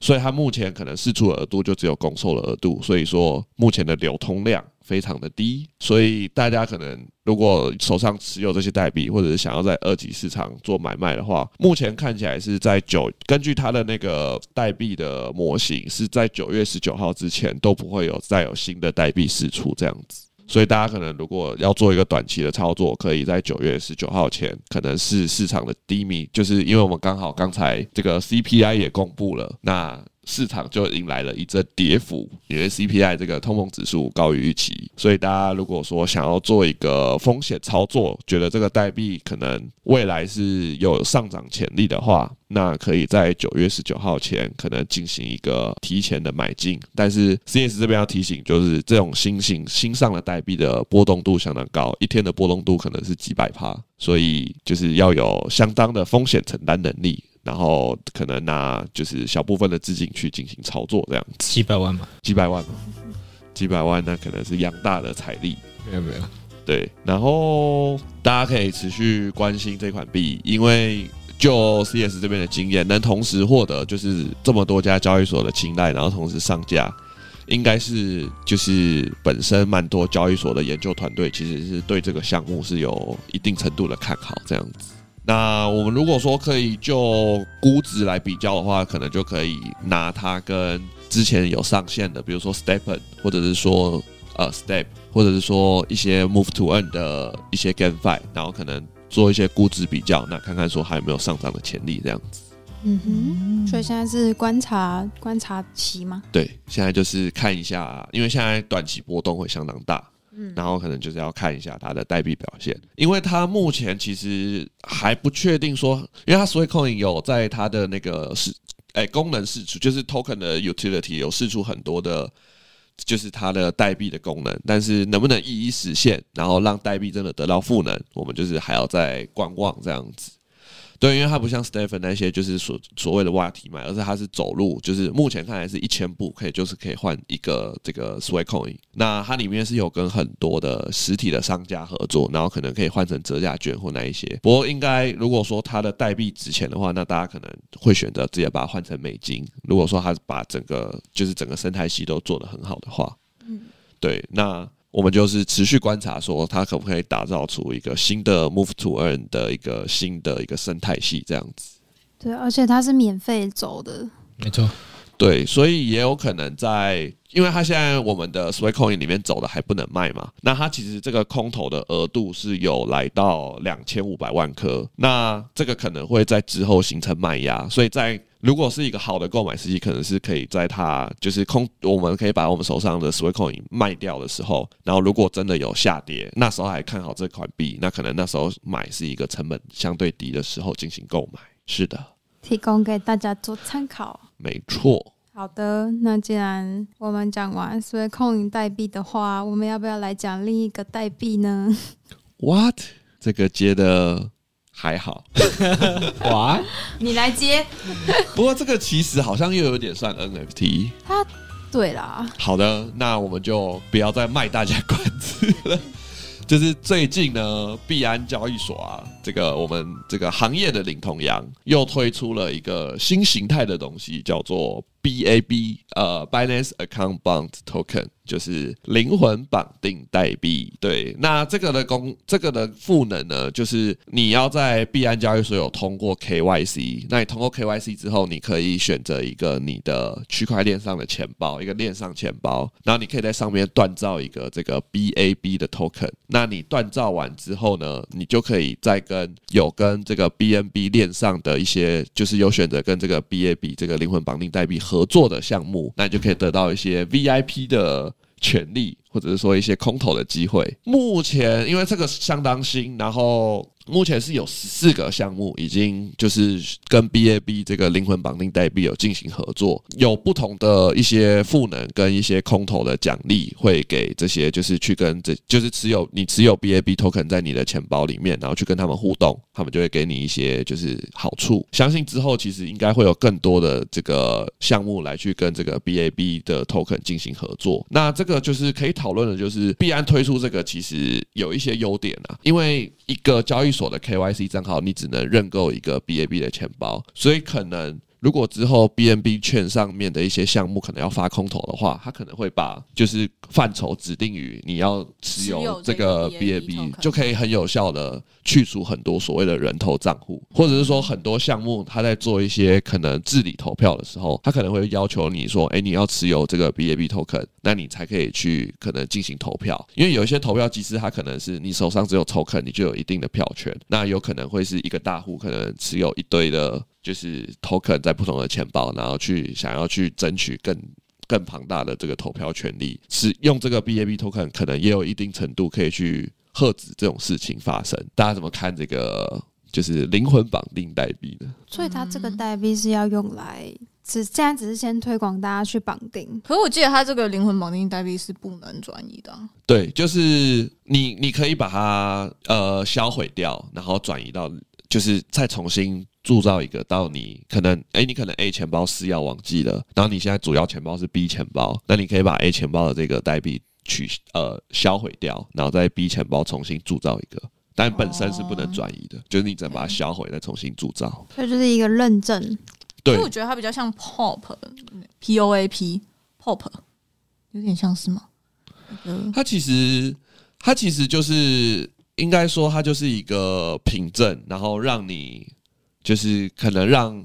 D: 所以它目前可能释出的额度就只有公售的额度，所以说目前的流通量非常的低，所以大家可能如果手上持有这些代币，或者是想要在二级市场做买卖的话，目前看起来是在九，根据它的那个代币的模型是在九月十九号之前都不会有再有新的代币释出这样子。所以大家可能如果要做一个短期的操作，可以在九月十九号前，可能是市场的低迷，就是因为我们刚好刚才这个 CPI 也公布了，那市场就迎来了一阵跌幅，因为 CPI 这个通膨指数高于预期，所以大家如果说想要做一个风险操作，觉得这个代币可能未来是有上涨潜力的话，那可以在九月十九号前可能进行一个提前的买进。但是 CS 这边要提醒，就是这种新型新上的代币的波动度相当高，一天的波动度可能是几百趴，所以就是要有相当的风险承担能力。然后可能拿就是小部分的资金去进行操作，这样
C: 七百万嘛？
D: 几百万嘛，几百万那可能是养大的财力。
C: 没有没有，
D: 对，然后大家可以持续关心这款币，因为就 CS 这边的经验，能同时获得就是这么多家交易所的青睐，然后同时上架，应该是就是本身蛮多交易所的研究团队其实是对这个项目是有一定程度的看好这样子。那我们如果说可以就估值来比较的话，可能就可以拿它跟之前有上线的，比如说 Stepen 或者是说呃 Step，或者是说一些 Move to Earn 的一些 GameFi，然后可能做一些估值比较，那看看说还有没有上涨的潜力这样子。
B: 嗯哼，所以现在是观察观察期吗？
D: 对，现在就是看一下，因为现在短期波动会相当大，
B: 嗯，
D: 然后可能就是要看一下它的代币表现，因为它目前其实还不确定说，因为它所以 coin 有在它的那个是哎、功能释出，就是 token 的 utility 有释出很多的，就是它的代币的功能，但是能不能一一实现，然后让代币真的得到赋能，我们就是还要再观望这样子。对，因为它不像 Stephen 那些就是所所谓的挖题买，而是它是走路，就是目前看来是一千步可以就是可以换一个这个 Swecoin。那它里面是有跟很多的实体的商家合作，然后可能可以换成折价券或那一些。不过应该如果说它的代币值钱的话，那大家可能会选择直接把它换成美金。如果说它把整个就是整个生态系都做得很好的话，对，那我们就是持续观察，说它可不可以打造出一个新的 Move to Earn 的一个新的一个生态系这样子。
B: 对，而且它是免费走的，
C: 没错，
D: 对，所以也有可能在，因为它现在我们的 Swecoin 里面走的还不能卖嘛，那它其实这个空投的额度是有来到两千五百万颗，那这个可能会在之后形成卖压，所以在如果是一个好的购买时机，可能是可以在它就是空，我们可以把我们手上的 Swecoin 卖掉的时候，然后如果真的有下跌，那时候还看好这款币，那可能那时候买是一个成本相对低的时候进行购买。是的，
B: 提供给大家做参考。
D: 没错。
B: 好的，那既然我们讲完所以控影代币的话，我们要不要来讲另一个代币呢？
D: What？这个接的还好，
C: 哇，
E: 你来接，
D: 不过这个其实好像又有点算 NFT。
B: 对啦，
D: 好的，那我们就不要再卖大家关子了。就是最近呢，币安交易所啊，这个我们这个行业的领头羊又推出了一个新形态的东西，叫做 BAB 呃 Binance Account Bond Token，就是灵魂绑定代币。对，那这个的功这个的赋能呢，就是你要在币安交易所有通过 KYC，那你通过 KYC 之后，你可以选择一个你的区块链上的钱包，一个链上钱包，然后你可以在上面锻造一个这个 BAB 的 token。那你锻造完之后呢，你就可以再跟有跟这个 BNB 链上的一些，就是有选择跟这个 BAB 这个灵魂绑定代币合作的项目，那你就可以得到一些 VIP 的权利，或者是说一些空投的机会。目前因为这个相当新，然后目前是有十四个项目已经就是跟 BAB 这个灵魂绑定代币有进行合作，有不同的一些赋能跟一些空投的奖励会给这些就是去跟这就是持有你持有 BAB token 在你的钱包里面，然后去跟他们互动，他们就会给你一些就是好处。相信之后其实应该会有更多的这个项目来去跟这个 BAB 的 token 进行合作。那这个就是可以讨论的，就是币安推出这个其实有一些优点啊，因为一个交易所的 KYC 账号你只能认购一个 BAB 的钱包，所以可能。如果之后 BNB 券上面的一些项目可能要发空投的话，它可能会把就是范畴指定于你要持
E: 持
D: 有
E: 有
D: 这
E: 这
D: 个
E: 个
D: BNB，
E: token
D: 就可以很有效的去除很多所谓的人头账户，或者是说很多项目它在做一些可能治理投票的时候，它可能会要求你说，哎、你要持有这个 BNB token，那你才可以去可能进行投票，因为有一些投票机制它可能是你手上只有 token，你就有一定的票权，那有可能会是一个大户可能持有一堆的。就是 token 在不同的钱包，然后去想要去争取更更庞大的这个投票权利，使用这个 BAB token 可能也有一定程度可以去遏止这种事情发生。大家怎么看这个就是灵魂绑定代币呢？
B: 所以它这个代币是要用来只现在只是先推广大家去绑定，
A: 可是我记得它这个灵魂绑定代币是不能转移的啊、
D: 对，就是你你可以把它呃销毁掉，然后转移到就是再重新铸造一个到你可能哎、你可能 A 钱包私钥忘记了，然后你现在主要钱包是 B 钱包，那你可以把 A 钱包的这个代币取呃销毁掉，然后在 B 钱包重新铸造一个。但本身是不能转移的，就是你只能把它销毁，再重新铸造。
B: 所以就是一个认证。
A: 因
D: 对
A: 为，我觉得它比较像 pop p o a p pop，有点像是吗？嗯，
D: 它其实它其实就是应该说它就是一个凭证，然后让你就是可能让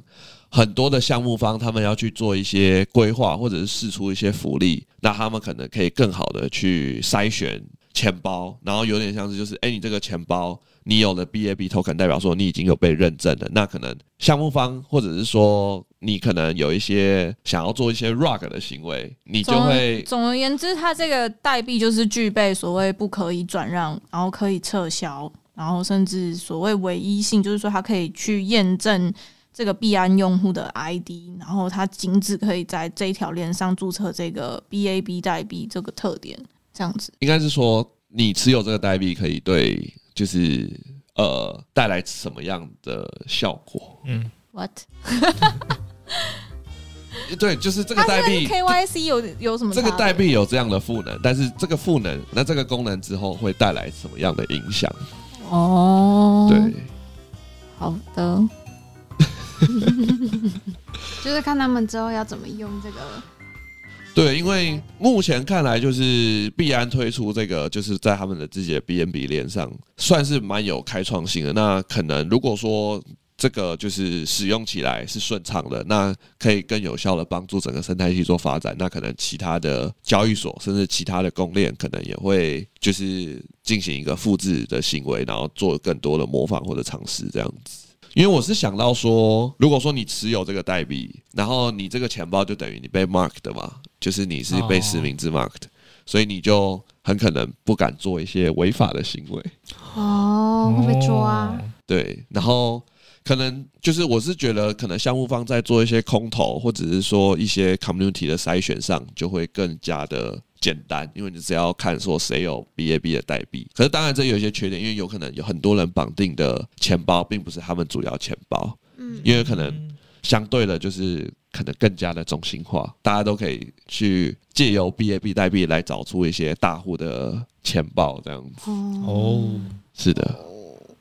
D: 很多的项目方他们要去做一些规划，或者是试出一些福利，那他们可能可以更好的去筛选钱包，然后有点像是就是，哎、你这个钱包你有了 BAB token，代表说你已经有被认证了，那可能项目方或者是说你可能有一些想要做一些 rug 的行为，你就
A: 总而
D: 会
A: 总而言之，它这个代币就是具备所谓不可以转让，然后可以撤销，然后甚至所谓唯一性，就是说它可以去验证这个币安用户的 ID，然后它仅只可以在这一条链上注册这个 BAB 代币这个特点，这样子。
D: 应该是说你持有这个代币可以对，就是呃带来什么样的效果？
C: 嗯，
A: What？
D: 对，就是这个代币。
A: KYC 有有什么？
D: 这个代，币有这样的赋能，但是这个赋能，那这个功能之后会带来什么样的影响？
A: 哦，
D: 对，，
A: 好的，
B: 就是看他们之后要怎么用这个。
D: 对，因为目前看来，就是币安推出这个，就是在他们的自己的 BNB 链上，算是蛮有开创性的。那可能如果说这个就是使用起来是顺畅的，那可以更有效的帮助整个生态系做发展。那可能其他的交易所甚至其他的公链，可能也会就是进行一个复制的行为，然后做更多的模仿或者尝试这样子。因为我是想到说，如果说你持有这个代币，然后你这个钱包就等于你被 mark 的嘛，就是你是被
C: 哦
D: 实名制 mark 的，所以你就很可能不敢做一些违法的行为。
B: 哦，会被抓。
D: 对，然后可能就是我是觉得，可能项目方在做一些空投，或者是说一些 community 的筛选上，就会更加的简单，因为你只要看说谁有 BAB 的代币。可是当然这有一些缺点，因为有可能有很多人绑定的钱包并不是他们主要钱包，
B: 嗯，
D: 因为可能相对的，就是可能更加的中心化，大家都可以去借由 BAB 代币来找出一些大户的钱包，这样子。
B: 哦，
C: 哦，
D: 是的，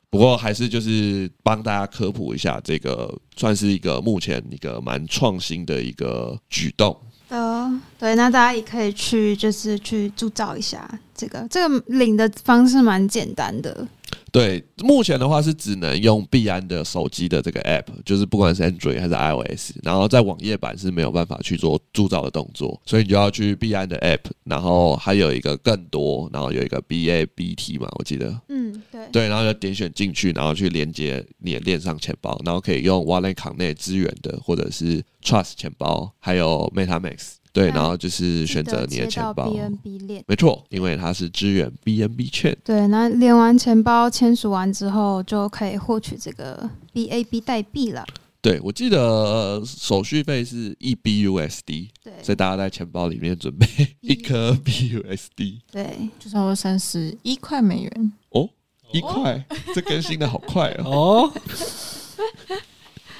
D: 不过还是就是帮大家科普一下，这个算是一个目前一个蛮创新的一个举动。
B: 的，哦对，那大家也可以去就是去铸造一下这个这个领的方式蛮简单的，
D: 对，目前的话是只能用币安的手机的这个 app，就是不管是 Android 还是 iOS，然后在网页版是没有办法去做铸造的动作，所以你就要去币安的 app，然后还有一个更多，然后有一个 BABT 嘛，我记得
B: 嗯，对，
D: 对，然后就点选进去，然后去连接你的链上钱包，然后可以用 Wallet Connect 支援的，或者是 Trust 钱包，还有 MetaMax，对，
B: 那
D: 然后就是选择你
B: 接
D: 的钱
B: 到
D: 包，
B: BNB 链。
D: 没错，因为它是支援 BNB 券。
B: 对，那连完钱包签署完之后，就可以获取这个 BAB 代币了。
D: 对，我记得呃手续费是一 BUSD，
B: 对
D: 所以大家在钱包里面准备 (laughs) 一颗 BUSD。
B: 对，
A: 就差不多三十一块美元。
D: 哦，一块，这更新的好快哦。
C: 哦，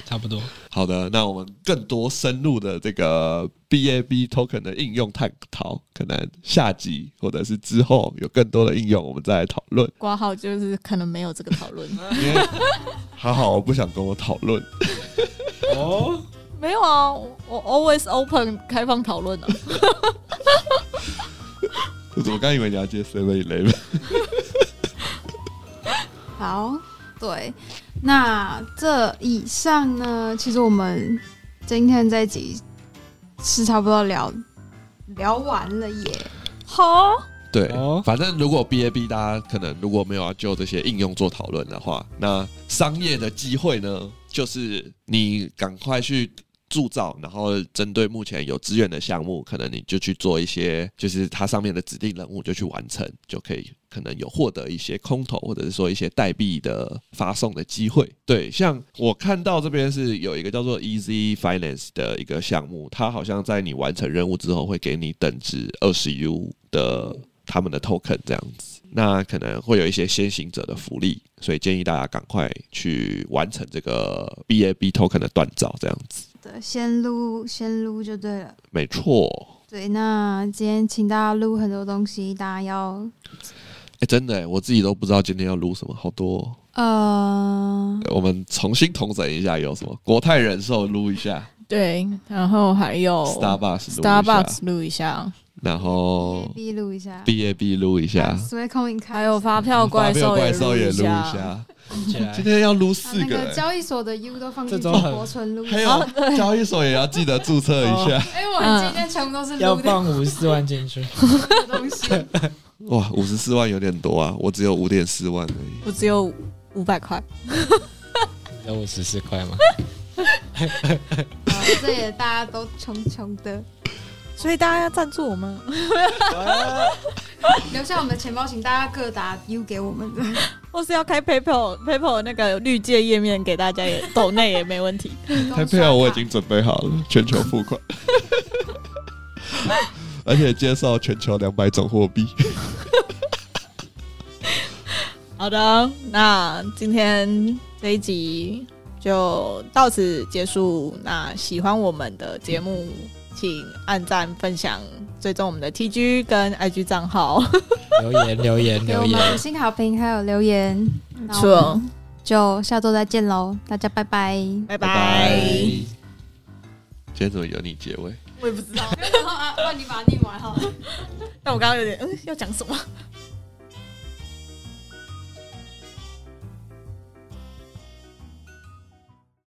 C: 差不多。
D: 好的，那我们更多深入的这个 BAB token 的应用探讨，可能下集或者是之后有更多的应用，我们再来讨论。
A: 挂号就是可能没有这个讨
D: (laughs)
A: 论，
D: 因为好好，我不想跟我讨论。
C: 哦，
A: 没有啊，我我 always open 开放讨
D: (laughs)
A: 论啊。
D: 我刚以为你要接 Seven Eleven。
B: 好，对，那这以上呢，其实我们今天这一集是差不多聊聊完了耶。
A: 好，
D: 对，
C: 哦
D: 反正如果 BAB 大家可能如果没有要就这些应用做讨论的话，那商业的机会呢，就是你赶快去。铸造，然后针对目前有资源的项目，可能你就去做一些，就是它上面的指定任务就去完成，就可以可能有获得一些空投或者是说一些代币的发送的机会。对，像我看到这边是有一个叫做 Easy Finance 的一个项目，它好像在你完成任务之后会给你等值二十 U 的他们的 token 这样子。那可能会有一些先行者的福利，所以建议大家赶快去完成这个 BAB token 的锻造，这样子。
B: 对，先撸先撸就对了。
D: 没错，
B: 对，那今天请大家撸很多东西，大家要
D: 哎、真的、欸，我自己都不知道今天要录什么，好多哦、
B: 呃，
D: 我们重新统整一下有什么，国泰人寿录一下
A: 对，然后还有
D: ，Starbucks 录一
A: 哦
D: 下
A: Starbucks 录一下，
D: 然后
B: B 录一下，
D: BAB 录哦
B: (laughs)
D: 一下，
B: 所以空影
A: 还
B: 开啊
A: 有发票怪兽
D: 怪兽也
A: 录
D: 录一
A: 下，
D: 下。
C: 起来
D: 今天要录
B: 把
D: 四
B: 啊那
D: 个、
B: 个
D: 欸，
B: 交易所的 U 都放进去，
C: 这种很
B: 活存录。
D: 还有交易所也要记得注册一下。
E: 哎，我们今天全部都是
C: (laughs) 要
E: 录的
C: 放五十四万进 (laughs) 去，
E: 东西，
D: 哇，五十四万有点多啊，我只有五点四万而已。
A: 我只有五百块。
C: 要五十四块吗？
B: 好这也大家都穷穷的，
A: 所以大家要赞助我们， (laughs)
B: 留下我们的钱包，请大家各打 U 给我们。
D: (laughs)
A: 或是要开 PayPal PayPal 那个绿界页面给大家也抖内也没问题。
D: 台配好，我已经准备好了，全球付款，而且接受全球两百种货币。
A: 好的，那今天这一集就到此结束。那喜欢我们的节目，请按赞、分享、追踪我们的 TG 跟 IG 账号。
C: 留言留 (laughs) 言
B: 给
C: 留
B: 我们五
C: 言，
B: 星好评，还有留言。
A: 没
B: 那我们，就下周再见喽，大家拜拜。
A: (laughs) 拜
D: 拜拜。
A: 拜。
D: 今天怎么由你结尾？
A: 我也不知道，
E: 然后啊，那你把它念完好了。
A: 但我刚刚有点嗯，要讲什么？